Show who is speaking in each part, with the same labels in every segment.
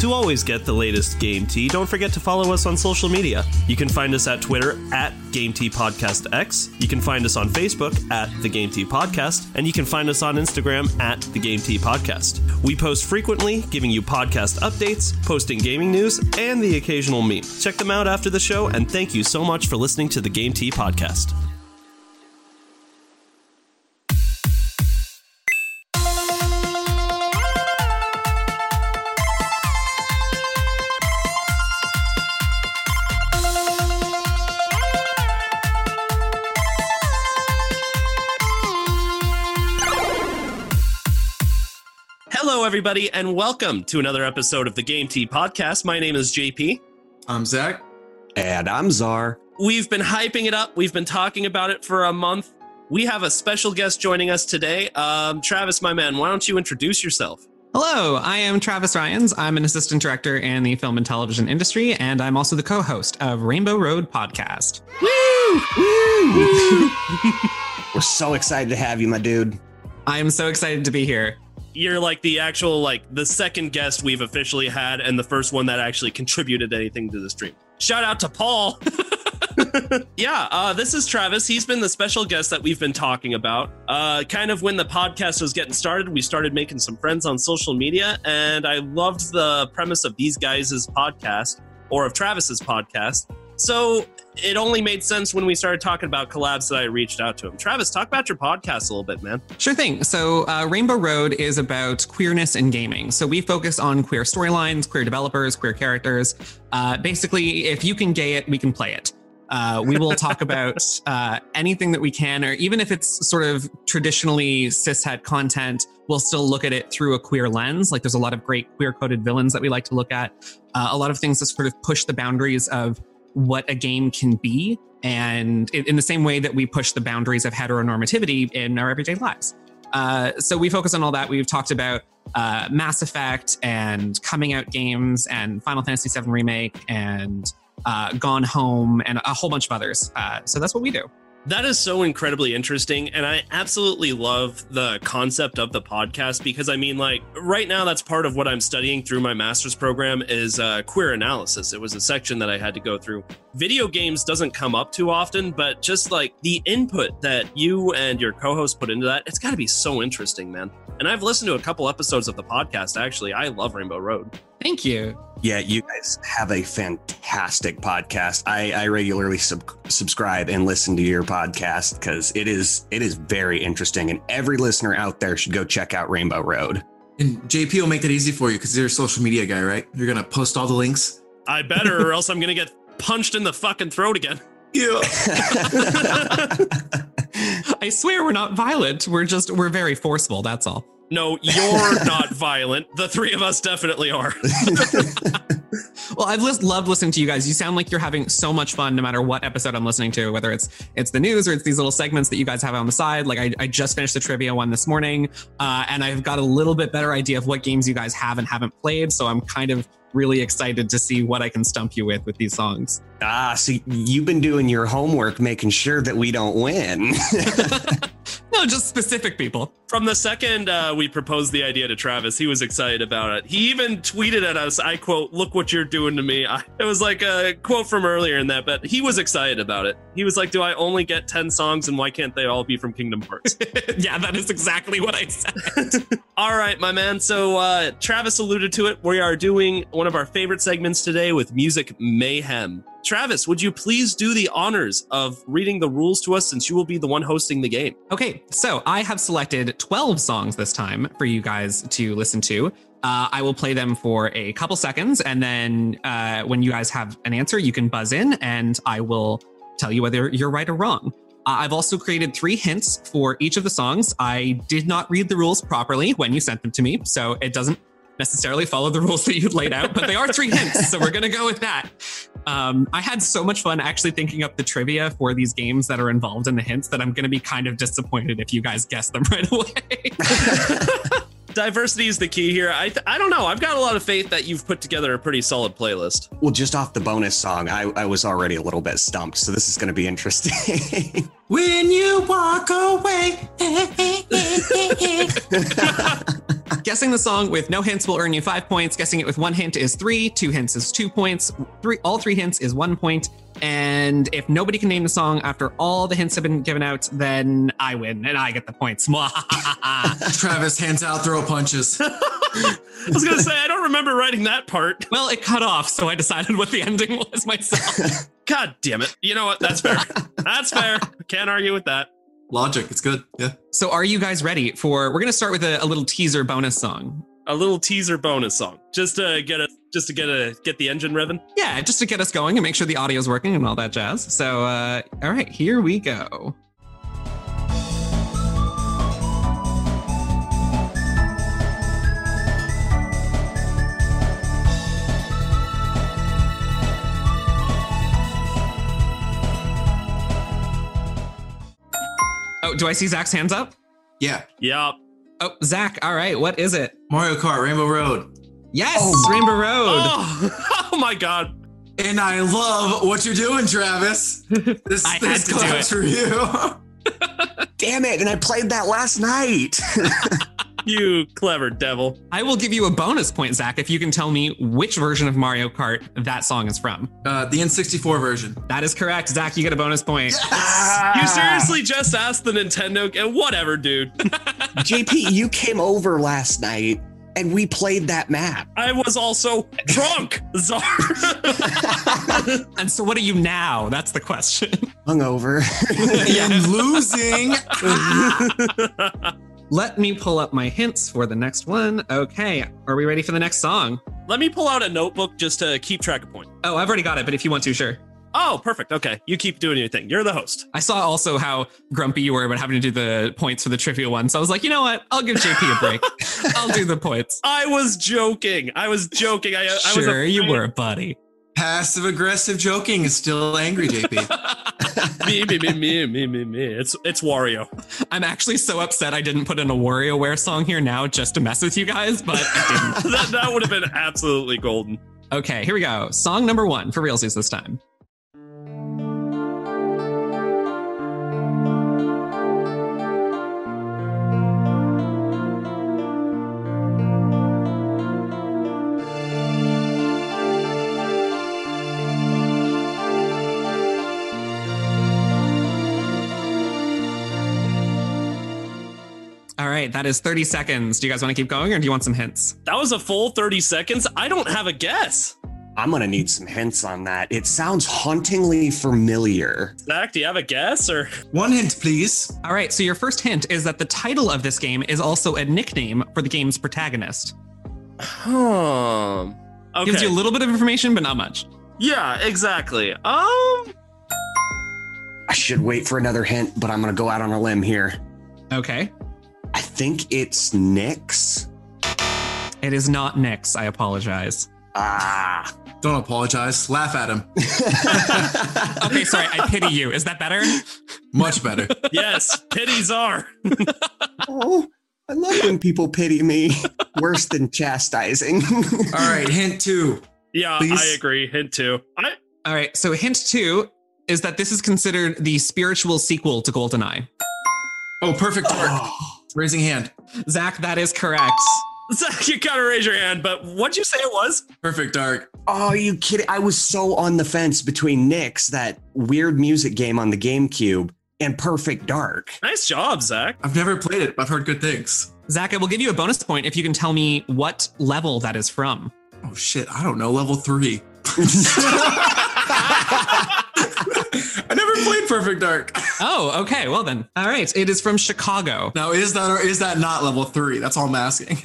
Speaker 1: To always get the latest Game Tea, don't forget to follow us on social media. You can find us at Twitter at Game Tea Podcast X. You can find us on Facebook at The Game Tea Podcast. And you can find us on Instagram at The Game Tea Podcast. We post frequently, giving you podcast updates, posting gaming news, and the occasional meme. Check them out after the show, and thank you so much for listening to The Game Tea Podcast. Hello, everybody, and welcome to another episode of the Game T Podcast. My name is JP.
Speaker 2: I'm Zach.
Speaker 3: And I'm Czar.
Speaker 1: We've been hyping it up. We've been talking about it for a month. We have a special guest joining us today. Um, Travis, my man, why don't you introduce yourself?
Speaker 4: Hello, I am Travis Ryans. I'm an assistant director in the film and television industry, and I'm also the co host of Rainbow Road Podcast.
Speaker 3: We're so excited to have you, my dude.
Speaker 4: I am so excited to be here.
Speaker 1: You're like the actual, like the second guest we've officially had, and the first one that actually contributed anything to the stream. Shout out to Paul. yeah, uh, this is Travis. He's been the special guest that we've been talking about. Uh, kind of when the podcast was getting started, we started making some friends on social media, and I loved the premise of these guys' podcast or of Travis's podcast. So it only made sense when we started talking about collabs that I reached out to him. Travis, talk about your podcast a little bit, man.
Speaker 4: Sure thing. So, uh, Rainbow Road is about queerness in gaming. So, we focus on queer storylines, queer developers, queer characters. Uh, basically, if you can gay it, we can play it. Uh, we will talk about uh, anything that we can, or even if it's sort of traditionally cishet content, we'll still look at it through a queer lens. Like, there's a lot of great queer coded villains that we like to look at, uh, a lot of things that sort of push the boundaries of what a game can be. And in in the same way that we push the boundaries of heteronormativity in our everyday lives. Uh, so we focus on all that. We've talked about uh, Mass Effect and coming out games and Final Fantasy VII Remake and uh, Gone Home and a whole bunch of others. Uh, so that's what we do.
Speaker 1: That is so incredibly interesting. And I absolutely love the concept of the podcast because I mean, like, right now, that's part of what I'm studying through my master's program is uh, queer analysis. It was a section that I had to go through. Video games doesn't come up too often, but just like the input that you and your co host put into that, it's got to be so interesting, man. And I've listened to a couple episodes of the podcast, actually. I love Rainbow Road.
Speaker 4: Thank you.
Speaker 3: Yeah, you guys have a fantastic podcast. I, I regularly sub- subscribe and listen to your podcast because it is it is very interesting, and every listener out there should go check out Rainbow Road.
Speaker 2: And JP will make that easy for you because you're a social media guy, right? You're gonna post all the links.
Speaker 1: I better, or else I'm going to get punched in the fucking throat again.
Speaker 2: Yeah.
Speaker 4: I swear we're not violent. We're just, we're very forceful. That's all.
Speaker 1: No, you're not violent. The three of us definitely are.
Speaker 4: Well, I've lis- loved listening to you guys. You sound like you're having so much fun, no matter what episode I'm listening to, whether it's it's the news or it's these little segments that you guys have on the side. Like I, I just finished the trivia one this morning, uh, and I've got a little bit better idea of what games you guys have and haven't played. So I'm kind of really excited to see what I can stump you with with these songs.
Speaker 3: ah, so you've been doing your homework, making sure that we don't win.
Speaker 4: No, just specific people.
Speaker 1: From the second uh, we proposed the idea to Travis, he was excited about it. He even tweeted at us, I quote, look what you're doing to me. I, it was like a quote from earlier in that, but he was excited about it. He was like, Do I only get 10 songs and why can't they all be from Kingdom Hearts?
Speaker 4: yeah, that is exactly what I said.
Speaker 1: all right, my man. So uh, Travis alluded to it. We are doing one of our favorite segments today with Music Mayhem. Travis, would you please do the honors of reading the rules to us since you will be the one hosting the game?
Speaker 4: Okay, so I have selected 12 songs this time for you guys to listen to. Uh, I will play them for a couple seconds, and then uh, when you guys have an answer, you can buzz in and I will tell you whether you're right or wrong. Uh, I've also created three hints for each of the songs. I did not read the rules properly when you sent them to me, so it doesn't necessarily follow the rules that you'd laid out, but they are three hints, so we're going to go with that. Um, I had so much fun actually thinking up the trivia for these games that are involved in the hints that I'm going to be kind of disappointed if you guys guess them right away.
Speaker 1: Diversity is the key here. I, th- I don't know. I've got a lot of faith that you've put together a pretty solid playlist.
Speaker 3: well, just off the bonus song, I, I was already a little bit stumped, so this is going to be interesting.
Speaker 2: when you walk away.
Speaker 4: Guessing the song with no hints will earn you five points. Guessing it with one hint is three. Two hints is two points. Three, all three hints is one point. And if nobody can name the song after all the hints have been given out, then I win and I get the points. well,
Speaker 2: Travis hands out throw punches.
Speaker 1: I was gonna say I don't remember writing that part.
Speaker 4: it cut off, so I decided what the ending was myself.
Speaker 1: God damn it! You know what? That's fair. That's fair. Can't argue with that.
Speaker 2: Logic, it's good. Yeah.
Speaker 4: So, are you guys ready for? We're going to start with a, a little teaser bonus song.
Speaker 1: A little teaser bonus song, just to get a, just to get a, get the engine revving.
Speaker 4: Yeah, just to get us going and make sure the audio's working and all that jazz. So, uh, all right, here we go. Oh, do I see Zach's hands up?
Speaker 2: Yeah.
Speaker 1: Yeah.
Speaker 4: Oh, Zach, all right, what is it?
Speaker 2: Mario Kart, Rainbow Road.
Speaker 4: Yes,
Speaker 3: Oh.
Speaker 4: Rainbow Road.
Speaker 1: Oh, oh my god.
Speaker 2: And I love what you're doing, Travis. This,
Speaker 4: I had
Speaker 2: this
Speaker 4: to do
Speaker 2: claps
Speaker 4: it.
Speaker 2: for you.
Speaker 3: Damn it. And I played that last night.
Speaker 1: You clever devil.
Speaker 4: I will give you a bonus point, Zach, if you can tell me which version of Mario Kart that song is from.
Speaker 2: Uh, the N64 version.
Speaker 4: That is correct, Zach. You get a bonus point.
Speaker 1: You seriously just asked the Nintendo and whatever, dude.
Speaker 3: JP, you came over last night and we played that map.
Speaker 1: I was also drunk. Czar.
Speaker 4: And so, what are you now? That's the question.
Speaker 3: Hungover.
Speaker 2: I'm losing.
Speaker 4: Let me pull up my hints for the next one. Okay, are we ready for the next song?
Speaker 1: Let me pull out a notebook just to keep track of point.
Speaker 4: Oh, I've already got it, but if you want to, sure.
Speaker 1: Oh, perfect. Okay. You keep doing your thing. You're the host.
Speaker 4: I saw also how grumpy you were about having to do the points for the trivia one. So I was like, you know what? I'll give JP a break. I'll do the points.
Speaker 1: I was joking. I was joking. I, I was
Speaker 4: Sure, you
Speaker 1: afraid-
Speaker 4: were, buddy.
Speaker 2: Passive aggressive joking is still angry, JP.
Speaker 1: me, me, me, me, me, me, me. It's it's Wario.
Speaker 4: I'm actually so upset I didn't put in a WarioWare song here now just to mess with you guys, but I didn't.
Speaker 1: That that would have been absolutely golden.
Speaker 4: Okay, here we go. Song number one for realsies this time. All right, that is 30 seconds. Do you guys want to keep going or do you want some hints?
Speaker 1: That was a full 30 seconds. I don't have a guess.
Speaker 3: I'm going to need some hints on that. It sounds hauntingly familiar.
Speaker 1: Zach, do you have a guess or
Speaker 2: One hint, please.
Speaker 4: All right, so your first hint is that the title of this game is also a nickname for the game's protagonist.
Speaker 1: um okay.
Speaker 4: Gives you a little bit of information, but not much.
Speaker 1: yeah, exactly. Um
Speaker 3: I should wait for another hint, but I'm going to go out on a limb here.
Speaker 4: Okay.
Speaker 3: I think it's Nyx.
Speaker 4: It is not Nyx. I apologize.
Speaker 3: Ah.
Speaker 2: Don't apologize. Laugh at him.
Speaker 4: Okay, sorry. I pity you. Is that better?
Speaker 2: Much better.
Speaker 1: yes, pities are.
Speaker 3: oh, I love when people pity me. Worse than chastising.
Speaker 2: All right, hint two.
Speaker 1: Yeah, I
Speaker 2: Please?
Speaker 1: agree. Hint two. I
Speaker 4: All right, so hint two is that this is considered the spiritual sequel to GoldenEye.
Speaker 2: Oh, perfect work. Raising hand.
Speaker 4: Zach, that is correct.
Speaker 1: Zach, you gotta raise your hand, but what'd you say it was?
Speaker 2: Perfect dark.
Speaker 3: Oh, you kidding? I was so on the fence between Nyx, that weird music game on the GameCube, and Perfect Dark.
Speaker 1: Nice job, Zach.
Speaker 2: I've never played it, but I've heard good things.
Speaker 4: Zach, I will give you a bonus point if you can tell me what level that is from.
Speaker 2: Oh shit, I don't know. Level three. I never played Perfect Dark.
Speaker 4: Oh, okay. Well then. All right. It is from Chicago.
Speaker 2: Now is that or is that not level three? That's all I'm asking.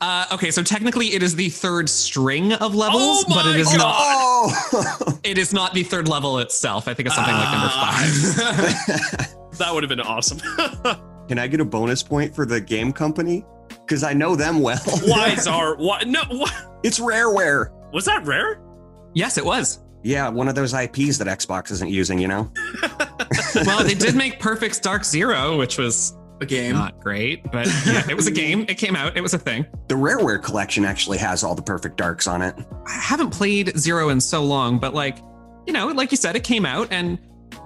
Speaker 4: Uh, okay, so technically it is the third string of
Speaker 1: Oh
Speaker 4: levels,
Speaker 1: my
Speaker 4: but it is
Speaker 1: God.
Speaker 4: not
Speaker 3: Oh,
Speaker 4: it is not the third level itself. I think it's something like number
Speaker 2: Ah.
Speaker 4: five.
Speaker 1: That would have been awesome.
Speaker 3: can I get a bonus point for the game company? Because I know them well.
Speaker 1: why czar? Why no what
Speaker 3: It's Rareware.
Speaker 1: was that rare?
Speaker 4: Yes, it was.
Speaker 3: Yeah, one of those IPs that Xbox isn't using, you know?
Speaker 4: Well, they did make Perfect's Dark Zero, which was
Speaker 2: a game.
Speaker 4: not great, but yeah, it was a game. It came out. It was a thing.
Speaker 3: The Rareware collection actually has all the Perfect Darks on it.
Speaker 4: I haven't played Zero in so long, but like, you know, like you said, it came out, and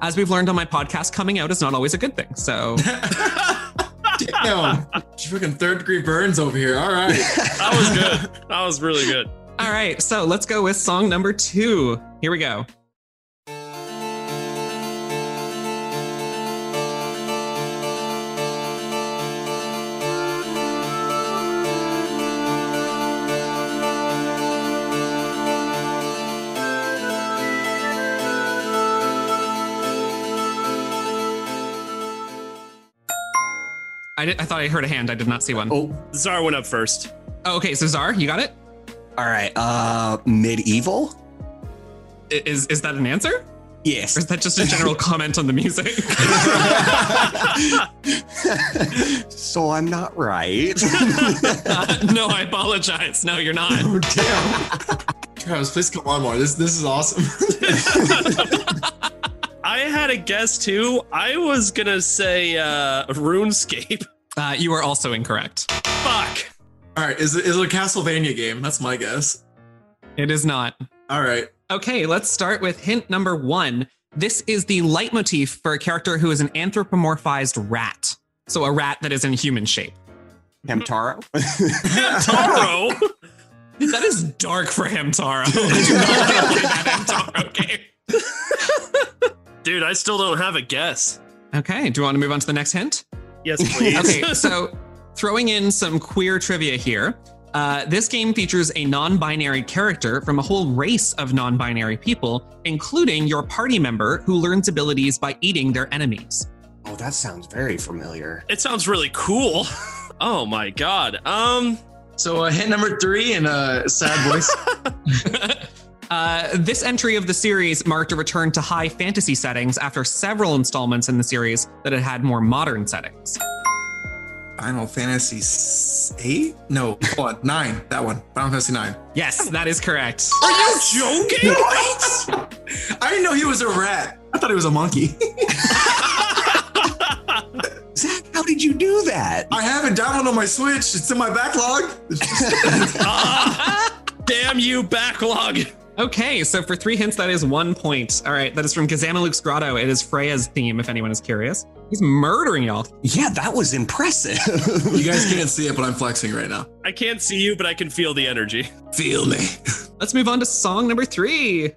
Speaker 4: as we've learned on my podcast, coming out is not always a good thing. So
Speaker 2: Damn. Fucking third degree burns over here. All right.
Speaker 1: That was good. That was really good.
Speaker 4: All right, so let's go with song number two. Here we go. I, did, I thought I heard a hand. I did not see one.
Speaker 3: Oh,
Speaker 1: Czar went up first.
Speaker 4: Oh, okay, so Czar, you got it?
Speaker 3: all right. Uh, medieval.
Speaker 4: I- Is is that an answer? Or
Speaker 3: Yes.
Speaker 4: is that just a general comment on the music?
Speaker 3: so I'm not right.
Speaker 4: Uh, no, I apologize. No, you're not.
Speaker 2: Oh, damn. Travis, please come on more. This this is awesome.
Speaker 1: I had a guess too. I was gonna say uh, RuneScape.
Speaker 4: Uh, you are also incorrect.
Speaker 1: Fuck.
Speaker 2: All right. Is it is it a Castlevania game? That's my guess.
Speaker 4: It is not.
Speaker 2: All right.
Speaker 4: Okay, let's start with hint number one. This is the leitmotif for a character who is an anthropomorphized rat. So a rat that is in human shape.
Speaker 3: Hamtaro.
Speaker 1: Toro.
Speaker 4: That is dark for Hamtaro. I do not feel like that Hamtaro game.
Speaker 1: Dude, I still don't have a guess.
Speaker 4: Okay, do you want to move on to the next hint?
Speaker 1: Yes, please.
Speaker 4: Okay, so throwing in some queer trivia here. Uh, this game features a non binary character from a whole race of non binary people, including your party member who learns abilities by eating their enemies.
Speaker 3: Oh, that sounds very familiar.
Speaker 1: It sounds really cool. Oh my god. Um
Speaker 5: So uh, hit number three and uh, sad voice.
Speaker 4: Uh, this entry of the series marked a return to high fantasy settings after several installments in the series that had had more modern settings.
Speaker 2: Final Fantasy s- eight? No, hold on, nine. That one. Final Fantasy nine.
Speaker 4: Yes, that is correct.
Speaker 2: Are you joking? What? I didn't know he was a rat. I thought he was a monkey.
Speaker 3: Zach, how did you do that?
Speaker 2: I have it downloaded on my Switch. It's in my backlog.
Speaker 1: ah, damn you backlog.
Speaker 4: Okay, so for three hints, that is one point. All right, that is from Kazama Luke's Grotto. It is Freya's theme, if anyone is curious. He's murdering y'all.
Speaker 3: Yeah, that was impressive.
Speaker 2: You guys can't see it, but I'm flexing right now.
Speaker 1: I can't see you, but I can feel the energy.
Speaker 2: Feel me.
Speaker 4: Let's move on to song number three.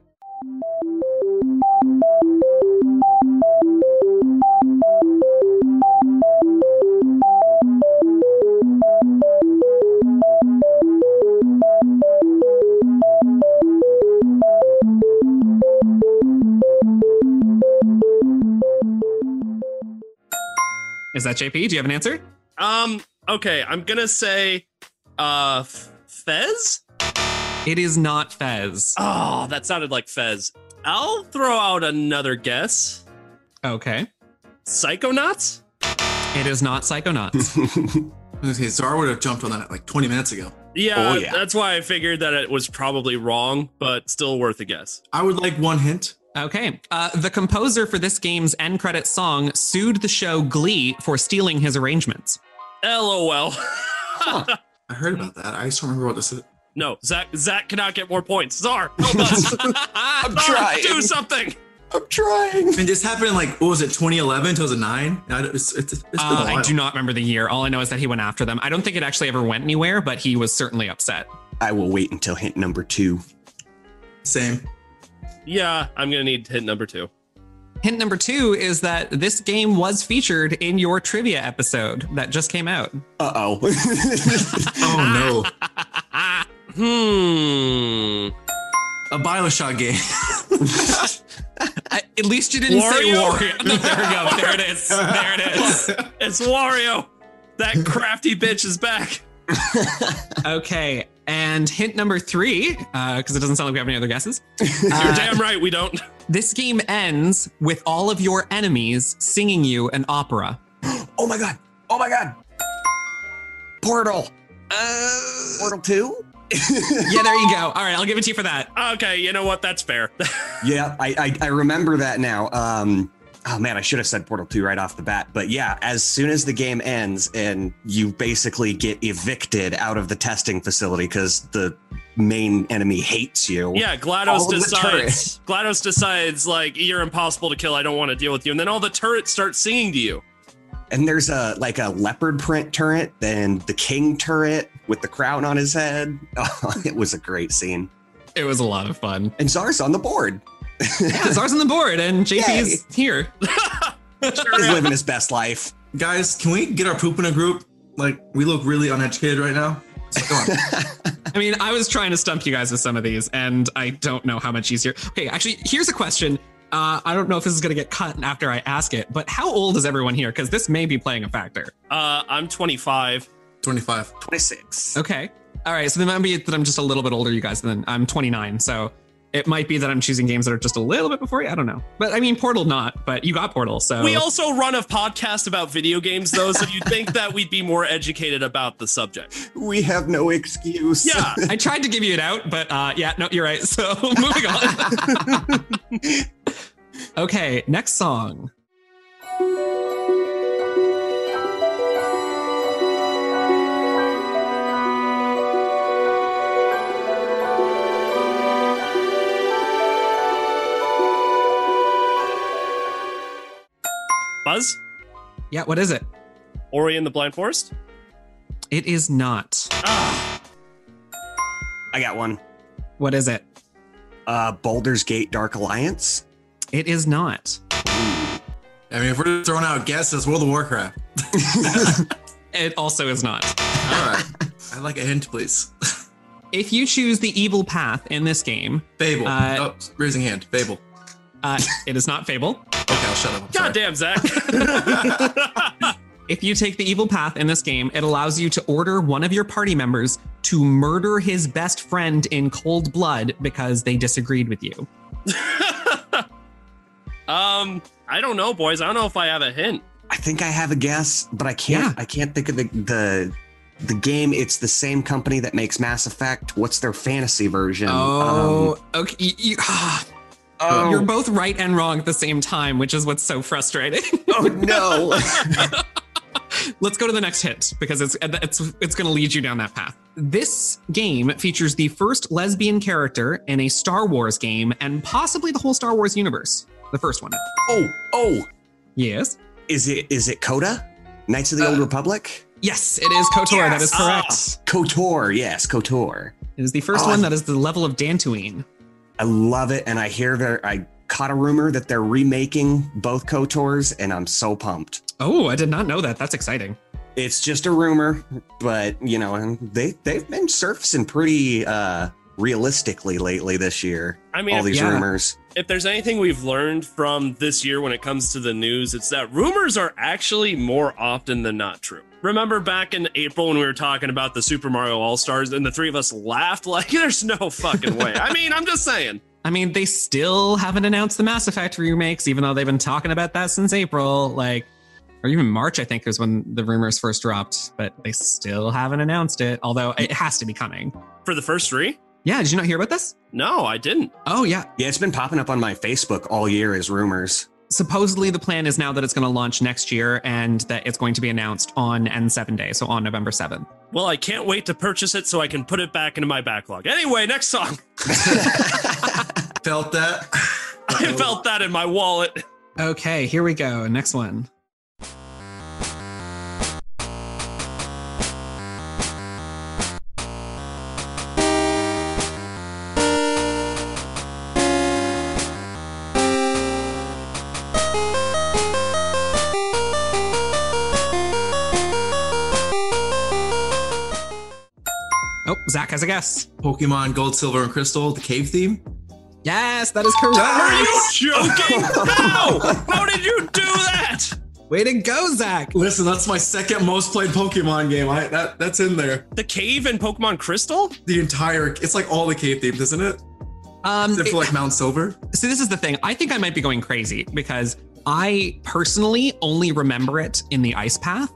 Speaker 4: Is that JP? Do you have an answer?
Speaker 1: Um, okay, I'm gonna say uh F- Fez?
Speaker 4: It is not Fez.
Speaker 1: Oh, that sounded like Fez. I'll throw out another guess.
Speaker 4: Okay.
Speaker 1: Psychonauts?
Speaker 4: It is not Psychonauts.
Speaker 2: Okay, Zara would have jumped on that like 20 minutes ago.
Speaker 1: Yeah,
Speaker 3: Oh, yeah.
Speaker 1: that's why I figured that it was probably wrong, but still worth a guess.
Speaker 2: I would like one hint.
Speaker 4: Okay. Uh, the composer for this game's end credit song sued the show Glee for stealing his arrangements.
Speaker 1: LOL.
Speaker 2: I heard about that. I just don't remember what this is.
Speaker 1: no, Zach Zach cannot get more points. Czar, help us.
Speaker 4: I'm
Speaker 1: Czar,
Speaker 3: trying.
Speaker 1: Do something.
Speaker 3: I'm trying.
Speaker 2: And this happened in like, what was it, 2011, 2009? I don't- It's, it's, it's been a
Speaker 4: Uh,
Speaker 2: while.
Speaker 4: I do not remember the year. All I know is that he went after them. I don't think it actually ever went anywhere, but he was certainly upset.
Speaker 3: I will wait until hint number two.
Speaker 2: Same.
Speaker 1: Yeah, I'm gonna need hit number two.
Speaker 4: Hint number two is that this game was featured in your trivia episode that just came out.
Speaker 3: Uh oh.
Speaker 2: Oh,
Speaker 1: Hmm.
Speaker 2: no. A Bioshock game.
Speaker 4: I- at least you didn't say
Speaker 1: Wario?
Speaker 4: Wario. No, there we go. There it is. There it is.
Speaker 1: It's Wario. That crafty bitch is back.
Speaker 4: Okay. And hint number three, because it doesn't sound like we have any other guesses.
Speaker 1: You're
Speaker 4: Uh,
Speaker 1: damn right we don't.
Speaker 4: This game ends with all of your enemies singing you an opera.
Speaker 3: oh my god. Oh my god. Portal. Uh, Portal 2?
Speaker 4: Yeah, there you go. All right, I'll give it to you for that.
Speaker 1: Okay, you know what? That's fair.
Speaker 3: Yeah, I, I I remember that now. Um oh man, I should have said Portal 2 right off the bat. But yeah, as soon as the game ends and you basically get evicted out of the testing facility because the main enemy hates you.
Speaker 1: Yeah,
Speaker 3: All
Speaker 1: GLaDOS
Speaker 3: of the
Speaker 1: decides. GLaDOS decides, like, you're impossible to kill. I don't want to deal with you. And then all the turrets start singing to you.
Speaker 3: And there's a like a leopard print turret, then the king turret with the crown on his head. Oh, it was a great scene.
Speaker 4: It was a lot of fun.
Speaker 3: And Zar's on the board.
Speaker 4: Yeah, Zar's on the board and JP is here.
Speaker 3: He's living his best life.
Speaker 2: Guys, can we get our poop in a group? Like, we look really uneducated right now. So, come on.
Speaker 4: I mean, I was trying to stump you guys with some of these, and I don't know how much easier. Okay, actually, here's a question. Uh, I don't know if this is going to get cut after I ask it, but how old is everyone here? Because this may be playing a factor.
Speaker 1: Uh, I'm 25.
Speaker 2: 25.
Speaker 3: 26.
Speaker 4: Okay. All right. So then might be that I'm just a little bit older, you guys, than I'm 29. So it might be that I'm choosing games that are just a little bit before you. I don't know. But I mean, Portal not, but you got Portal. So
Speaker 1: We also run a podcast about video games, though, so you'd think that we'd be more educated about the subject.
Speaker 3: We have no excuse.
Speaker 1: Yeah.
Speaker 4: I tried to give you it out, but uh, yeah, no, you're right. So moving on. okay. Next song.
Speaker 1: Buzz?
Speaker 4: Yeah. What is it?
Speaker 1: Ori and the Blind Forest?
Speaker 4: It is not.
Speaker 1: Ah,
Speaker 3: I got one.
Speaker 4: What is it?
Speaker 3: Uh, Boulder's Gate Dark Alliance.
Speaker 4: It is not.
Speaker 2: I mean, if we're throwing out guesses, World of Warcraft.
Speaker 4: It also is not.
Speaker 2: All right. I'd like a hint, please.
Speaker 4: If you choose the evil path in this game,
Speaker 2: Fable.
Speaker 4: Uh,
Speaker 2: oh, raising hand. Fable.
Speaker 4: uh, it is not Fable.
Speaker 2: Okay, I'll shut up. I'm sorry.
Speaker 1: goddamn, Zach.
Speaker 4: If you take the evil path in this game, it allows you to order one of your party members to murder his best friend in cold blood because they disagreed with you.
Speaker 1: um, I don't know, boys. I don't know if I have a hint.
Speaker 3: I think I have a guess, but I can't. I can't think of the the the game. It's the same company that makes Mass Effect. What's their fantasy version? Um,
Speaker 4: Oh, okay. You, you, ah,
Speaker 3: oh,
Speaker 4: You're both right and wrong at the same time, which is what's so frustrating.
Speaker 3: oh no!
Speaker 4: Let's go to the next hint because it's it's it's going to lead you down that path. This game features the first lesbian character in a Star Wars game and possibly the whole Star Wars universe. The first one.
Speaker 3: oh oh!
Speaker 4: Yes.
Speaker 3: Is it is it Coda? Knights of the
Speaker 5: Uh,
Speaker 3: Old Republic?
Speaker 4: Yes, it is KOTOR. That is
Speaker 3: Yes.
Speaker 4: correct.
Speaker 1: Ah,
Speaker 4: Ah.
Speaker 3: Kotor, yes, Kotor.
Speaker 4: It is the first
Speaker 3: Oh,
Speaker 4: one
Speaker 3: I-
Speaker 4: that is the level of Dantooine.
Speaker 3: I love it, and I hear there. I caught a rumor that they're remaking both Kotors, and I'm so pumped.
Speaker 4: Oh, I did not know that. That's exciting.
Speaker 3: it's just a rumor, but you know, and they they've been surfacing pretty uh realistically lately this year.
Speaker 1: I mean,
Speaker 3: all
Speaker 1: if-
Speaker 3: these
Speaker 4: yeah.
Speaker 3: rumors.
Speaker 1: if there's anything we've learned from this year when it comes to the news, it's that rumors are actually more often than not true. Remember back in April when we were talking about the Super Mario All Stars and the three of us laughed like there's no fucking way. I mean, I'm just saying.
Speaker 4: I mean, they still haven't announced the Mass Effect remakes, even though they've been talking about that since April, like, or even March, I think, is when the rumors first dropped, but they still haven't announced it, although it has to be coming.
Speaker 1: For the first three?
Speaker 4: Yeah, did you not hear about this?
Speaker 1: No, I didn't.
Speaker 4: Oh, yeah.
Speaker 3: Yeah, it's been popping up on my Facebook all year as rumors.
Speaker 4: Supposedly, the plan is now that it's going to launch next year and that it's going to be announced on N7 Day, so on November 7th.
Speaker 1: Well, I can't wait to purchase it so I can put it back into my backlog. Anyway, next song.
Speaker 2: Felt that.
Speaker 1: I felt that in my wallet.
Speaker 4: Okay, here we go. Next one. Oh, Zach has a guess.
Speaker 2: Pokemon Gold, Silver, and Crystal, the cave theme.
Speaker 4: Yes, that is correct.
Speaker 1: Are you joking? How? How did you do that?
Speaker 4: Way to go, Zach.
Speaker 2: Listen, that's my second most played Pokemon game. I, that that's in there.
Speaker 1: The cave in Pokemon Crystal?
Speaker 2: The entire it's like all the cave themes, isn't it?
Speaker 4: Um,
Speaker 2: Except for like Mount Silver.
Speaker 4: So this is the thing. I think I might be going crazy because I personally only remember it in the ice path.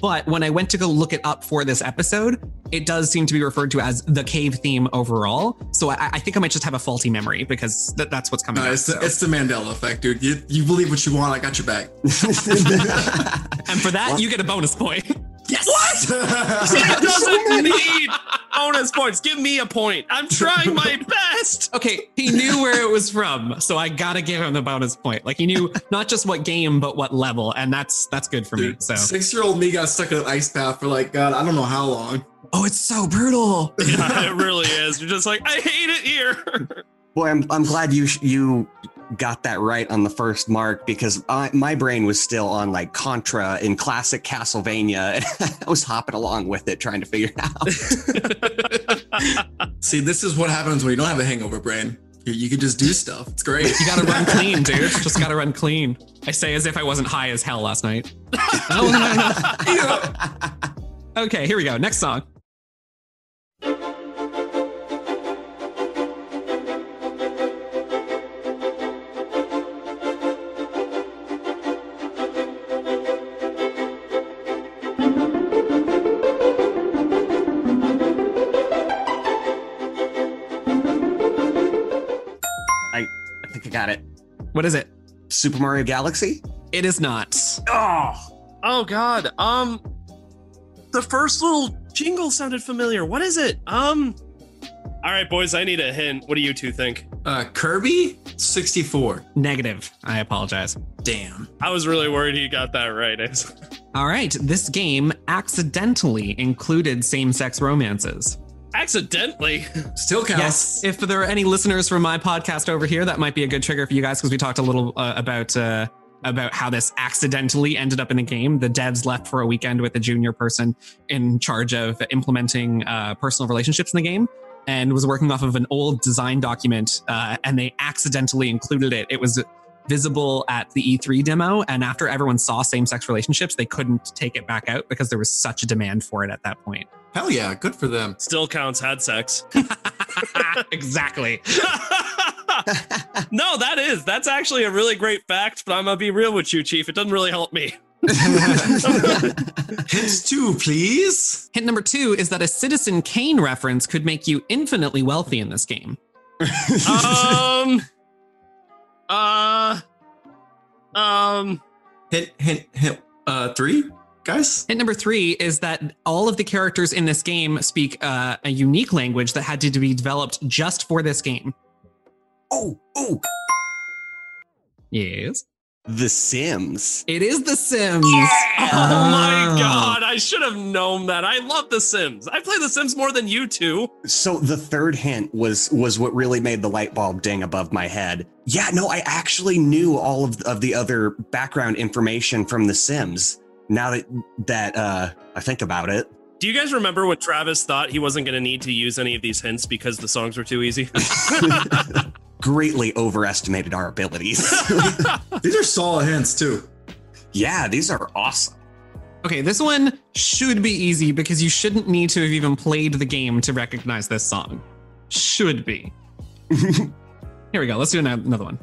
Speaker 4: But when I went to go look it up for this episode, it does seem to be referred to as the cave theme overall. So I, I think I might just have a faulty memory because th- that's what's coming.
Speaker 2: No,
Speaker 4: up,
Speaker 2: it's the,
Speaker 4: so.
Speaker 2: it's the Mandela effect, dude. You, you believe what you want, I got your back.
Speaker 4: and for that,
Speaker 3: What?
Speaker 4: you get a bonus point.
Speaker 2: Yes. What?
Speaker 1: It doesn't need bonus points. Give me a point. I'm trying my best.
Speaker 4: Okay, he knew where it was from, so I gotta give him the bonus point. Like he knew not just what game, but what level, and that's that's good for me.
Speaker 2: Dude,
Speaker 4: So
Speaker 5: Six year old me got stuck in an ice path for like, God, I don't know how long.
Speaker 4: oh, it's so brutal.
Speaker 1: Yeah, it really is. You're just like, I hate it here.
Speaker 3: Boy, I'm I'm glad you sh- you got that right on the first mark because I, my brain was still on like Contra in classic Castlevania, and I was hopping along with it trying to figure it out.
Speaker 5: See, this is what happens when you don't have a hangover brain. You, you can just do stuff. It's great.
Speaker 4: You gotta run clean, dude. Just gotta run clean. I say as if I wasn't high as hell last night. Oh, no, no. Okay, here we go. Next song.
Speaker 3: I think I got it.
Speaker 4: What is it?
Speaker 3: Super Mario Galaxy.
Speaker 4: It is not.
Speaker 3: Oh,
Speaker 1: Oh God. Um, the first little jingle sounded familiar. What is it? Um. All right, boys. I need a hint. What do you two think?
Speaker 5: Uh, Kirby 64.
Speaker 4: Negative. I apologize.
Speaker 5: Damn.
Speaker 1: I was really worried he got that right. I was-
Speaker 4: All right, this game accidentally included same sex romances.
Speaker 1: Accidentally.
Speaker 5: Still counts.
Speaker 4: Yes, if there are any listeners from my podcast over here, that might be a good trigger for you guys because we talked a little uh, about uh, about how this accidentally ended up in a game. The devs left for a weekend with a junior person in charge of implementing uh, personal relationships in the game, and was working off of an old design document, uh, and they accidentally included it. It was visible at the E3 demo, and after everyone saw same-sex relationships, they couldn't take it back out because there was such a demand for it at that point.
Speaker 5: Hell yeah. Good for them.
Speaker 1: Still counts. Had sex.
Speaker 4: exactly.
Speaker 1: no, that is. That's actually a really great fact. But I'm gonna be real with you, Chief. It doesn't really help me.
Speaker 5: Hits two, please.
Speaker 4: Hint number two is that a Citizen Kane reference could make you infinitely wealthy in this game.
Speaker 1: Um. uh. Um.
Speaker 5: Hit, hit, hit. Uh, three, guys.
Speaker 4: Hint number three is that all of the characters in this game speak uh, a unique language that had to be developed just for this game.
Speaker 3: oh, oh!
Speaker 4: Yes.
Speaker 3: The Sims.
Speaker 4: It is The Sims.
Speaker 1: Oh my
Speaker 4: Oh.
Speaker 1: god, I should have known that. I love The Sims. I play The Sims more than you two.
Speaker 3: So the third hint was was what really made the light bulb ding above my head. Yeah, no, I actually knew all of of the other background information from The Sims. Now that that uh, I think about it,
Speaker 1: Do you guys remember when Travis thought he wasn't going to need to use any of these hints because the songs were too easy?
Speaker 3: greatly overestimated our abilities.
Speaker 5: These are solid hints, too.
Speaker 3: yeah, these are awesome.
Speaker 4: Okay, this one should be easy because you shouldn't need to have even played the game to recognize this song. Should be. Here we go. Let's do ano- another one.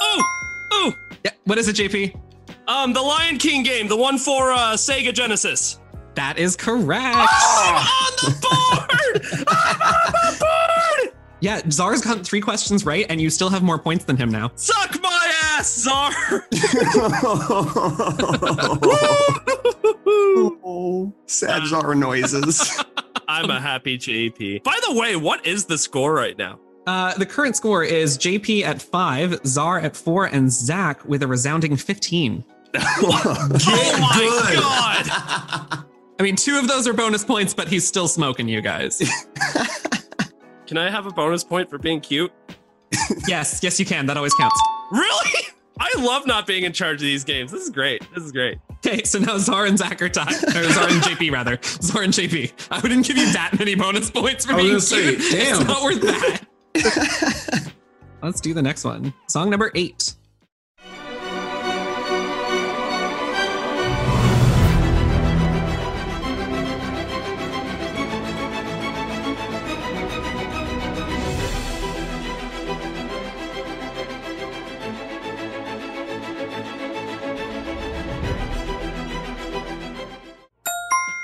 Speaker 1: oh, oh,
Speaker 4: Yeah, what is it, JP?
Speaker 1: um, the Lion King game, the one for uh, Sega Genesis.
Speaker 4: That is correct.
Speaker 1: I'm on the board.
Speaker 4: Yeah, Czar's gotten three questions right, and you still have more points than him now.
Speaker 1: Suck my ass, Czar.
Speaker 3: Sad czar noises.
Speaker 1: I'm a happy JP. By the way, what is the score right now?
Speaker 4: Uh, the current score is JP at five, Czar at four, and Zach with a resounding 15.
Speaker 1: oh my
Speaker 5: good.
Speaker 1: god.
Speaker 4: I mean, two of those are bonus points, but he's still smoking you guys.
Speaker 1: Can I have a bonus point for being cute?
Speaker 4: yes, yes, you can. That always counts.
Speaker 1: Really? I love not being in charge of these games. This is great. This is great.
Speaker 4: Okay, so now Czar and Zach are tied. Or Czar and JP, rather. Czar and JP. I didn't give you that many bonus points for
Speaker 5: I was
Speaker 4: being
Speaker 5: gonna say,
Speaker 4: cute.
Speaker 5: damn.
Speaker 4: It's not worth that. Let's do the next one. Song number eight.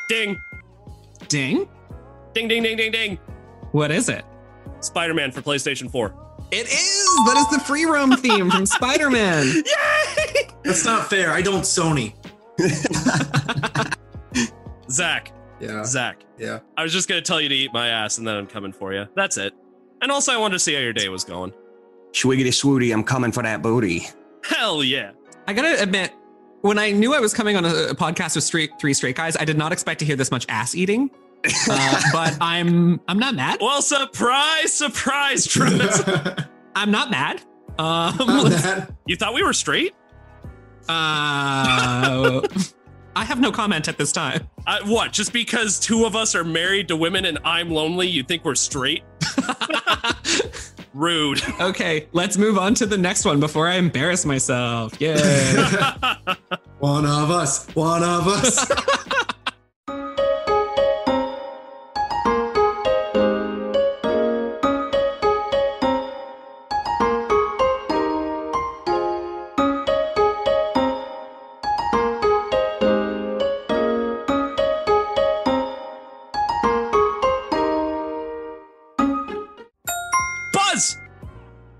Speaker 1: Ding,
Speaker 4: Ding.
Speaker 1: ding, ding, ding, ding, ding.
Speaker 4: What is it?
Speaker 1: Spider Man for PlayStation 4.
Speaker 4: It is. That is the free roam theme from Spider Man.
Speaker 2: That's not fair. I don't Sony.
Speaker 1: Zach,
Speaker 5: Yeah.
Speaker 1: Zach.
Speaker 5: Yeah.
Speaker 1: I was just going to tell you to eat my ass and then I'm coming for you. That's it. And also, I wanted to see how your day was going.
Speaker 3: Schwiggity swooty, I'm coming for that booty.
Speaker 1: Hell yeah.
Speaker 4: I gotta admit, when I knew I was coming on a, a podcast with straight, three straight guys, I did not expect to hear this much ass eating. Uh, but I'm I'm not mad.
Speaker 1: Well, surprise, surprise, Travis.
Speaker 4: I'm not mad.
Speaker 2: Oh,
Speaker 4: Um,
Speaker 5: that,
Speaker 1: you thought we were straight?
Speaker 4: uh, I have no comment at this time.
Speaker 1: Uh, what? Just because two of us are married to women and I'm lonely, you think we're straight? Rude.
Speaker 4: Okay, let's move on to the next one before I embarrass myself. Yay.
Speaker 5: one of us. One of us.
Speaker 1: Buzz!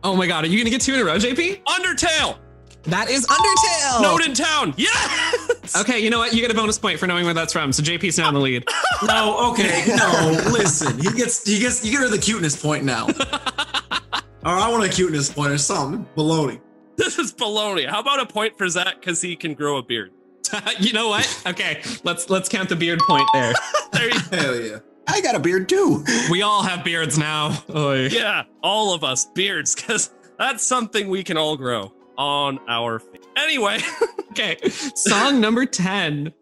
Speaker 4: oh my god, are you gonna get two in a row, JP?
Speaker 1: Undertale!
Speaker 4: That is Undertale.
Speaker 1: Snowed in town! Yes!
Speaker 4: Okay, you know what? You get a bonus point for knowing where that's from. So JP's now in the lead.
Speaker 2: No, okay.
Speaker 5: no, Oh, listen. He gets. He gets. You get her the cuteness point now. or I want a cuteness point or something. Baloney.
Speaker 1: This is baloney. How about a point for Zach because he can grow a beard?
Speaker 4: you know what? Okay, let's let's count the beard point there.
Speaker 1: There you
Speaker 5: Hell yeah.
Speaker 3: I got a beard too.
Speaker 4: We all have beards now. Oy.
Speaker 1: Yeah, all of us beards because that's something we can all grow on our face. Anyway,
Speaker 4: Okay, song number ten.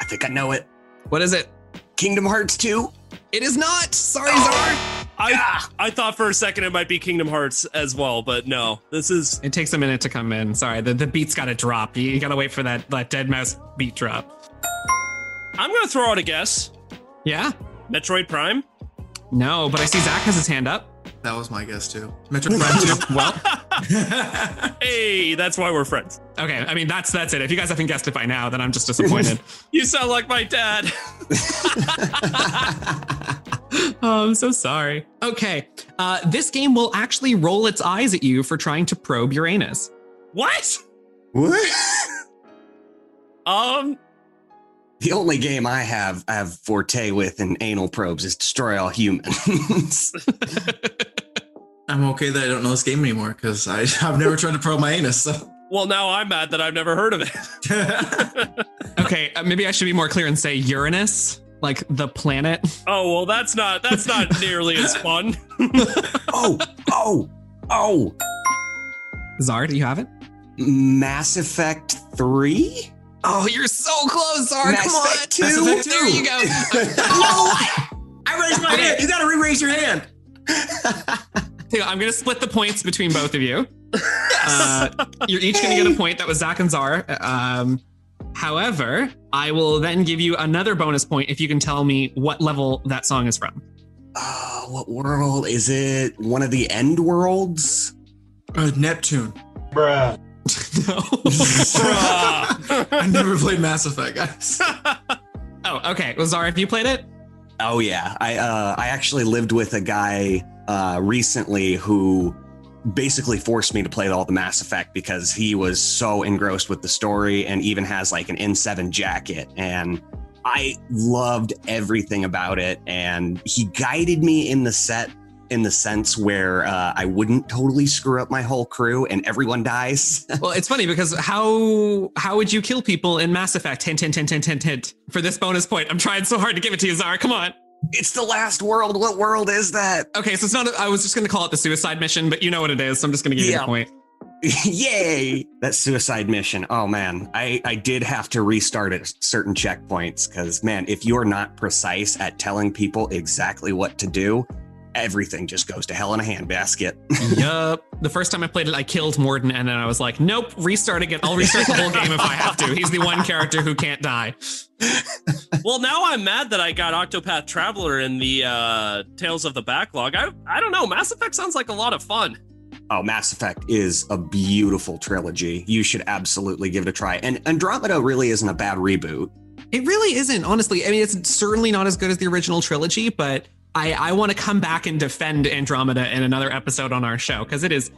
Speaker 3: I think I know it.
Speaker 4: What is it?
Speaker 3: Kingdom Hearts 2.
Speaker 4: It is not. Sorry, Zara.
Speaker 1: I I thought for a second it might be Kingdom Hearts as well, but no. This is
Speaker 4: It takes a minute to come in. Sorry, the, the beat's got to drop. You, you got to wait for that that dead mouse beat drop.
Speaker 1: I'm gonna throw out a guess.
Speaker 4: Yeah.
Speaker 1: Metroid Prime.
Speaker 4: No, but I see Zach has his hand up.
Speaker 5: That was my guess too. Metro Prime two.
Speaker 4: Well,
Speaker 1: Hey, that's why we're friends.
Speaker 4: okay. I mean, that's that's it. If you guys haven't guessed it by now, then I'm just disappointed.
Speaker 1: You sound like my dad.
Speaker 4: Oh, I'm so sorry. Okay. Uh, this game will actually roll its eyes at you for trying to probe Uranus.
Speaker 1: What?
Speaker 3: What?
Speaker 1: Um,
Speaker 3: The only game I have I have forte with in anal probes is destroy all humans.
Speaker 5: I'm okay that I don't know this game anymore because I I've never tried to probe my anus. So.
Speaker 1: well now I'm mad that I've never heard of it.
Speaker 4: Okay. Uh, maybe I should be more clear and say Uranus, like the planet.
Speaker 1: Oh well that's not that's not nearly as fun.
Speaker 3: oh, oh, oh.
Speaker 4: Zar, do you have it?
Speaker 3: Mass Effect 3?
Speaker 4: Oh, you're so close, Zar.
Speaker 3: Mass
Speaker 4: Come on.
Speaker 3: Effect 2?
Speaker 4: Mass Effect There you go.
Speaker 2: I raised my hand. You gotta re-raise your hand.
Speaker 4: Hey, I'm going to split the points between both of you. Uh, you're each going to get a point. That was Zach and Zar. Um, however, I will then give you another bonus point if you can tell me what level that song is from.
Speaker 3: Uh, what world is it? One of the end worlds?
Speaker 5: Uh, Neptune.
Speaker 4: no.
Speaker 1: Bruh.
Speaker 5: I never played Mass Effect, guys.
Speaker 4: Oh, okay. Well, Zara, have you played it?
Speaker 3: Oh yeah, I uh, I actually lived with a guy uh, recently who basically forced me to play all the Mass Effect because he was so engrossed with the story and even has like an N7 jacket and I loved everything about it and he guided me in the set in the sense where uh, I wouldn't totally screw up my whole crew and everyone dies.
Speaker 4: Well, it's funny because how how would you kill people in Mass Effect? Hint, hint, hint, hint, hint, hint. For this bonus point, I'm trying so hard to give it to you, Zara. Come on.
Speaker 3: it's the last world. What world is that?
Speaker 4: Okay, so it's not. I was just going to call it the suicide mission, but you know what it is, so I'm just going to give you
Speaker 3: Yeah.
Speaker 4: the point.
Speaker 3: Yay! That suicide mission. Oh man, I I did have to restart at certain checkpoints because man, if you're not precise at telling people exactly what to do, everything just goes to hell in a handbasket.
Speaker 4: yup. The first time I played it, I killed Morden, and then I was like, nope, restart again. I'll restart the whole game if I have to. He's the one character who can't die.
Speaker 1: Well, now I'm mad that I got Octopath Traveler in the uh, Tales of the Backlog. I I don't know. Mass Effect sounds like a lot of fun.
Speaker 3: Oh, Mass Effect is a beautiful trilogy. You should absolutely give it a try. And Andromeda really isn't a bad reboot.
Speaker 4: It really isn't, honestly. I mean, it's certainly not as good as the original trilogy, but I, I want to come back and defend Andromeda in another episode on our show because it is,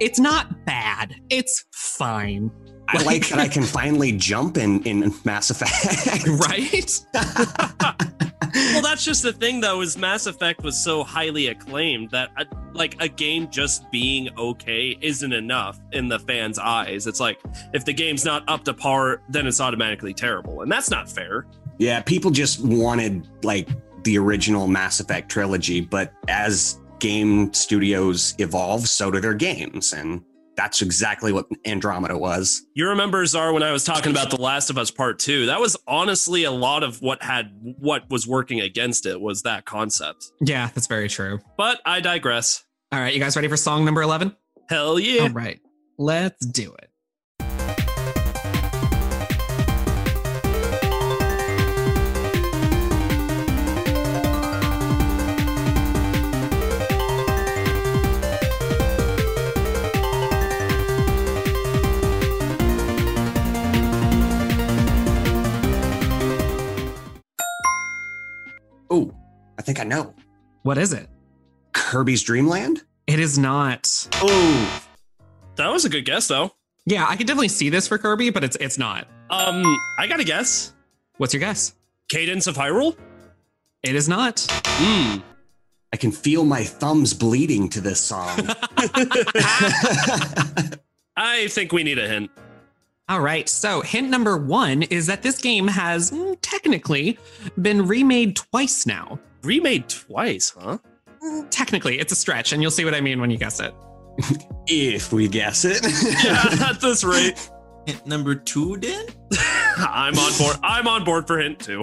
Speaker 4: it's not bad. It's fine,
Speaker 3: I like that I can finally jump in in Mass Effect.
Speaker 4: right?
Speaker 1: Well, that's just the thing though. Is Mass Effect was so highly acclaimed that uh, like a game just being okay isn't enough in the fans' eyes. It's like if the game's not up to par, then it's automatically terrible, and that's not fair.
Speaker 3: Yeah, people just wanted like the original Mass Effect trilogy, but as game studios evolve, so do their games, and that's exactly what Andromeda was.
Speaker 1: You remember Czar when I was talking about The Last of Us Part 2. That was honestly a lot of what had what was working against it was that concept.
Speaker 4: Yeah, that's very true.
Speaker 1: But I digress.
Speaker 4: All right, you guys ready for song number 11?
Speaker 1: Hell yeah.
Speaker 4: All right, let's do it.
Speaker 3: Oh, I think I know.
Speaker 4: What is it?
Speaker 3: Kirby's Dream Land?
Speaker 4: It is not.
Speaker 3: Oh,
Speaker 1: That was a good guess though.
Speaker 4: Yeah, I could definitely see this for Kirby, but it's it's not.
Speaker 1: Um, I got to guess.
Speaker 4: What's your guess?
Speaker 1: Cadence of Hyrule?
Speaker 4: It is not.
Speaker 1: Mm.
Speaker 3: I can feel my thumbs bleeding to this song.
Speaker 1: I think we need a hint.
Speaker 4: All right. So, hint number one is that this game has mm, technically been remade twice now.
Speaker 1: Remade twice, huh?
Speaker 4: Mm, Technically, it's a stretch, and you'll see what I mean when you guess it.
Speaker 3: if we guess it.
Speaker 1: Yeah, at this rate.
Speaker 5: Hint number two, then?
Speaker 1: I'm on board. I'm on board for hint two.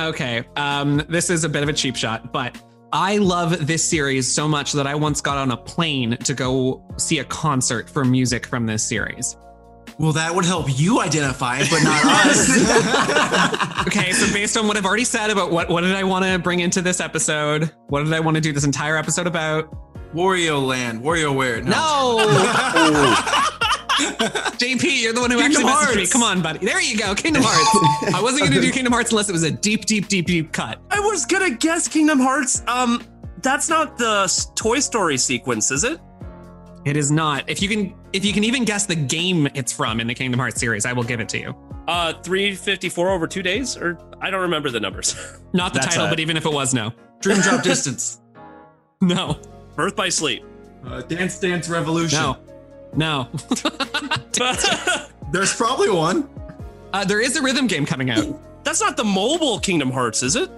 Speaker 4: Okay. Um, this is a bit of a cheap shot, but I love this series so much that I once got on a plane to go see a concert for music from this series.
Speaker 5: Well, that would help you identify it, but not us.
Speaker 4: Okay. So, based on what I've already said about what, what did I want to bring into this episode? What did I want to do this entire episode about?
Speaker 5: Wario Land, WarioWare.
Speaker 4: No.
Speaker 3: Oh,
Speaker 4: JP, you're the one who
Speaker 5: Kingdom
Speaker 4: actually messaged me.
Speaker 5: Hearts.
Speaker 4: Come on, buddy. There you go. Kingdom Hearts. I wasn't going to do Kingdom Hearts unless it was a deep, deep, deep, deep cut.
Speaker 1: I was gonna guess Kingdom Hearts. Um, that's not the s- Toy Story sequence, is it?
Speaker 4: It is not. If you can, if you can even guess the game it's from in the Kingdom Hearts series, I will give it to you.
Speaker 1: Uh, three fifty four over two days, or I don't remember the numbers.
Speaker 4: Not the
Speaker 3: That's
Speaker 4: title,
Speaker 3: a-
Speaker 4: but even if it was, no,
Speaker 5: Dream Drop Distance.
Speaker 4: no,
Speaker 1: Birth by sleep.
Speaker 5: Uh, Dance Dance Revolution.
Speaker 4: no, no.
Speaker 1: that's
Speaker 5: There's probably one.
Speaker 4: Uh, there is a rhythm game coming out.
Speaker 1: not the mobile Kingdom Hearts, is it?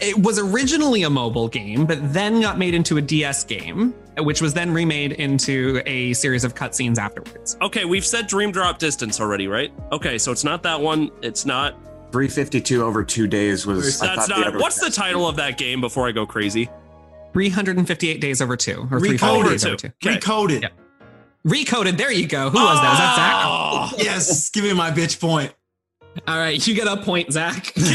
Speaker 4: It was originally a mobile game, but then got made into a DS game, which was then remade into a series of cutscenes afterwards.
Speaker 1: Okay, we've said Dream Drop Distance already, right? Okay, so it's not that one. It's not.
Speaker 3: 352 over two days was. I
Speaker 1: That's
Speaker 3: thought the
Speaker 1: not.
Speaker 3: other-
Speaker 1: what's the title of that game? Before I go crazy.
Speaker 4: 358 days over two, or 358
Speaker 5: Recoded.
Speaker 4: days over two.
Speaker 1: Okay.
Speaker 5: Recoded.
Speaker 4: Yep. Recoded. There you go. Who was that? Was that Zach?
Speaker 1: Oh!
Speaker 5: Ah, Yes, give me my bitch point.
Speaker 4: All right, you get a point, Zach.
Speaker 1: Give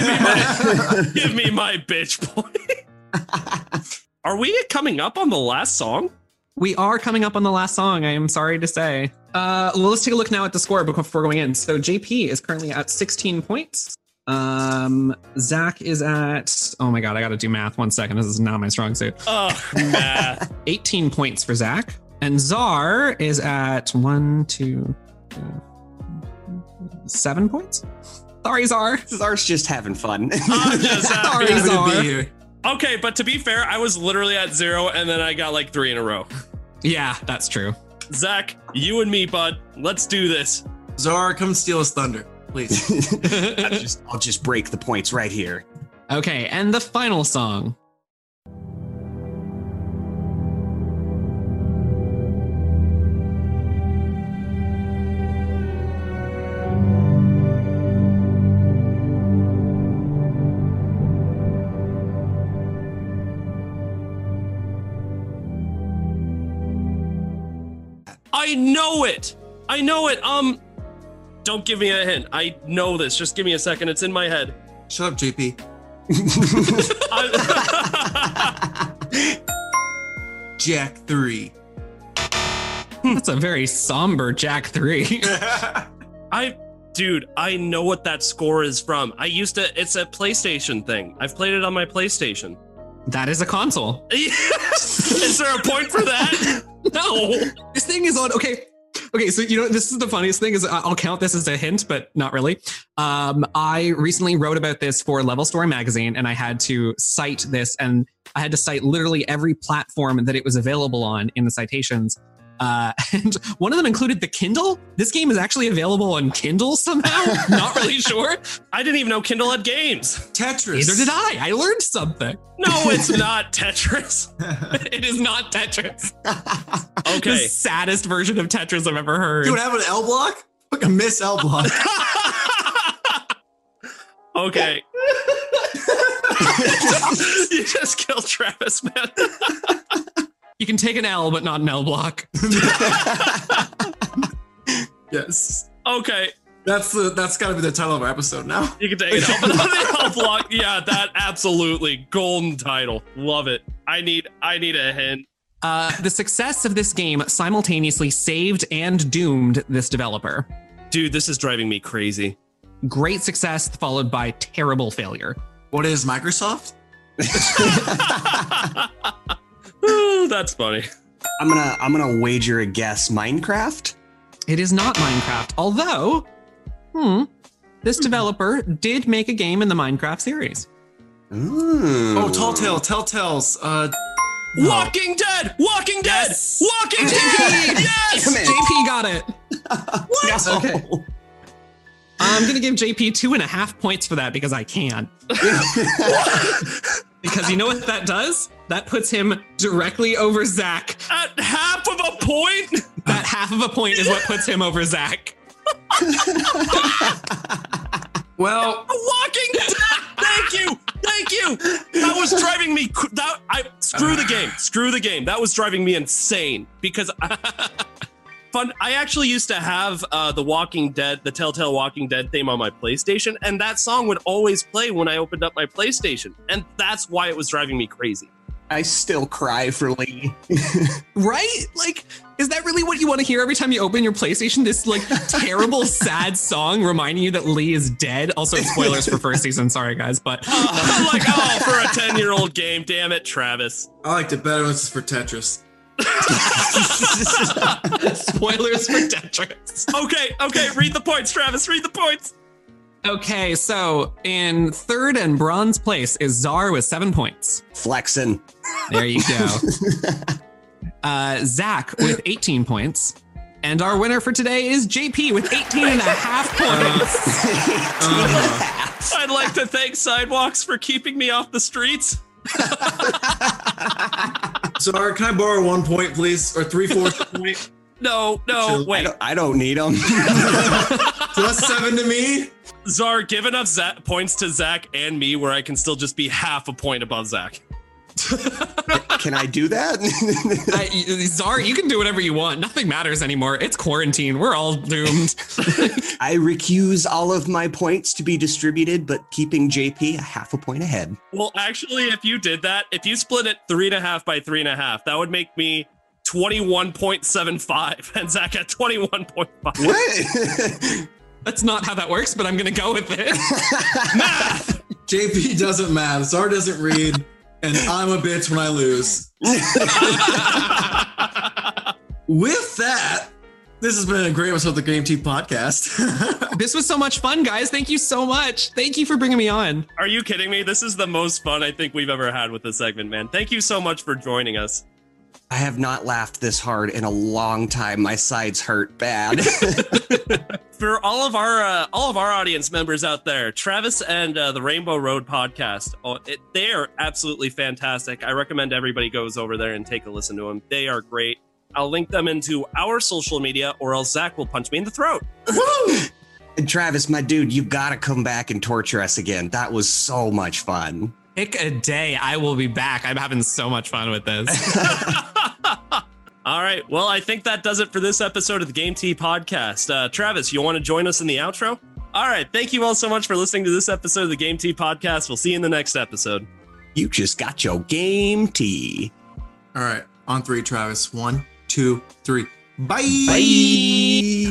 Speaker 1: me my bitch point. Are we coming up on the last song?
Speaker 4: we are coming up on the last song. I am sorry to say. Uh, well, let's take a look now at the score before going in. So JP is currently at 16 points. Um, Zach is at. Oh my god, I got to do math. One second. This is not my strong suit.
Speaker 1: Oh, math.
Speaker 4: 18 points for Zach, and Czar is at one, two, three, seven points. Sorry, Czar.
Speaker 3: Zar's just having fun.
Speaker 1: I'm just
Speaker 4: Sorry,
Speaker 1: happy.
Speaker 5: Happy to
Speaker 4: Czar.
Speaker 5: be here.
Speaker 1: Okay, but to be fair, I was literally at zero and then I got like three in a row.
Speaker 4: Yeah, that's true.
Speaker 1: Zach, you and me, bud, let's do this.
Speaker 5: Zara, come steal us thunder, please.
Speaker 3: I'll just, I'll just break the points right here.
Speaker 4: Okay, and the final song.
Speaker 1: I know it. I know it. Um, don't give me a hint. I know this. Just give me a second. It's in my head.
Speaker 2: Shut up, JP.
Speaker 1: I-
Speaker 2: Jack three.
Speaker 4: That's a very somber Jack 3.
Speaker 1: I, dude, I know what that score is from. I used to. It's a PlayStation thing. I've played it on my PlayStation.
Speaker 4: that is a console.
Speaker 1: is there a point for that? No.
Speaker 4: This thing is on. Okay. Okay, so you know this is the funniest thing is I- I'll count this as a hint, but not really. Um, I recently wrote about this for Level Story magazine, and I had to cite this, and I had to cite literally every platform that it was available on in the citations. Uh, and one of them included the Kindle. This game is actually available on Kindle somehow. not really sure.
Speaker 1: I didn't even know Kindle had games.
Speaker 2: Tetris.
Speaker 4: Neither did I. I learned something.
Speaker 1: No, it's not Tetris.
Speaker 4: It is not Tetris. The
Speaker 1: Okay.
Speaker 4: saddest version of Tetris I've ever heard.
Speaker 5: Dude, have an L block? Fucking miss L block.
Speaker 1: okay. you just killed Travis, man.
Speaker 4: You can take an L, but not an L block.
Speaker 5: yes.
Speaker 1: Okay,
Speaker 5: That's the that's gotta be the title of our episode now.
Speaker 1: you can take it out. But they all block. Yeah, that absolutely golden title. Love it. I need. I need a hint.
Speaker 4: Uh, the success of this game simultaneously saved and doomed this developer.
Speaker 1: Dude, this is driving me crazy.
Speaker 4: Great success followed by terrible failure.
Speaker 5: What is Microsoft?
Speaker 1: Ooh, that's funny.
Speaker 3: I'm gonna I'm gonna wager a guess. Minecraft.
Speaker 4: It is not Minecraft, although, hmm, this developer did make a game in the Minecraft series.
Speaker 5: Oh, Tall Tale, Telltales, uh
Speaker 1: Walking Dead. Walking Dead. Walking Dead. yes.
Speaker 3: Damn it.
Speaker 4: JP got it.
Speaker 3: What? Okay.
Speaker 4: I'm going to give JP two and a half points for that because I can. because you know what that does? That puts him directly over Zach.
Speaker 1: At half of a point.
Speaker 4: That half of a point is what puts him over Zach.
Speaker 5: well
Speaker 1: Walking Dead. Thank you. Thank you. That was driving me. cr- That I screw the game. Screw the game. That was driving me insane because. Fun. I actually used to have uh, the Walking Dead, the Telltale Walking Dead theme on my PlayStation, and that song would always play when I opened up my PlayStation, and that's why it was driving me crazy.
Speaker 3: I still cry for Lee.
Speaker 4: Right? Like, is that really what you want to hear every time you open your PlayStation? This, like, terrible, sad song reminding you that Lee is dead. Also, spoilers for first season. Sorry, guys. But
Speaker 1: I'm like, oh, for a ten-year-old game, damn it, Travis.
Speaker 5: I liked it better when it's for Tetris.
Speaker 4: spoilers for Tetris.
Speaker 1: Okay, okay, read the points, Travis. Read the points.
Speaker 4: Okay, so in third and bronze place is Czar with seven points.
Speaker 3: Flexing.
Speaker 4: There you go. uh, Zach with 18 points. And our winner for today is JP with 18 and a half points.
Speaker 1: I'd like to thank Sidewalks for keeping me off the streets.
Speaker 5: Sorry, can I borrow one point, please? Or three fourths of a point?
Speaker 1: No, no,
Speaker 3: I
Speaker 1: wait.
Speaker 3: don't, I don't need them.
Speaker 5: Plus seven to me?
Speaker 1: Czar, give enough Za- points to Zach and me where I can still just be half a point above Zach.
Speaker 3: Can I do that?
Speaker 4: Uh, Czar, you can do whatever you want. Nothing matters anymore. It's quarantine. We're all doomed.
Speaker 3: I recuse all of my points to be distributed, but keeping JP a half a point ahead.
Speaker 1: Well, actually, if you did that, if you split it three and a half by three and a half, that would make me 21.75 and Zach at 21.5.
Speaker 3: What?
Speaker 4: That's not how that works, but I'm going to go with it.
Speaker 1: Math!
Speaker 5: JP doesn't math, Czar doesn't read, and I'm a bitch when I lose. With that, this has been a great episode of the Game Team Podcast.
Speaker 4: This was so much fun, guys. Thank you so much. Thank you for bringing me on.
Speaker 1: Are you kidding me? This is the most fun I think we've ever had with this segment, man. Thank you so much for joining us.
Speaker 3: I have not laughed this hard in a long time. My sides hurt bad.
Speaker 1: for all of our uh, all of our audience members out there, Travis and uh, the Rainbow Road podcast, oh, it, they are absolutely fantastic. I recommend everybody goes over there and take a listen to them. They are great. I'll link them into our social media, or else Zach will punch me in the throat.
Speaker 3: and Travis, my dude, you gotta come back and torture us again. That was so much fun.
Speaker 4: Pick a day. I will be back. I'm having so much fun with this.
Speaker 1: All right. Well, I think that does it for this episode of the Game T podcast. Uh, Travis, you want to join us in the outro? All right. Thank you all so much for listening to this episode of the Game T podcast. We'll see you in the next episode.
Speaker 3: You just got your game tea.
Speaker 2: All right. On three, Travis. One, two, three. Bye.
Speaker 3: Bye.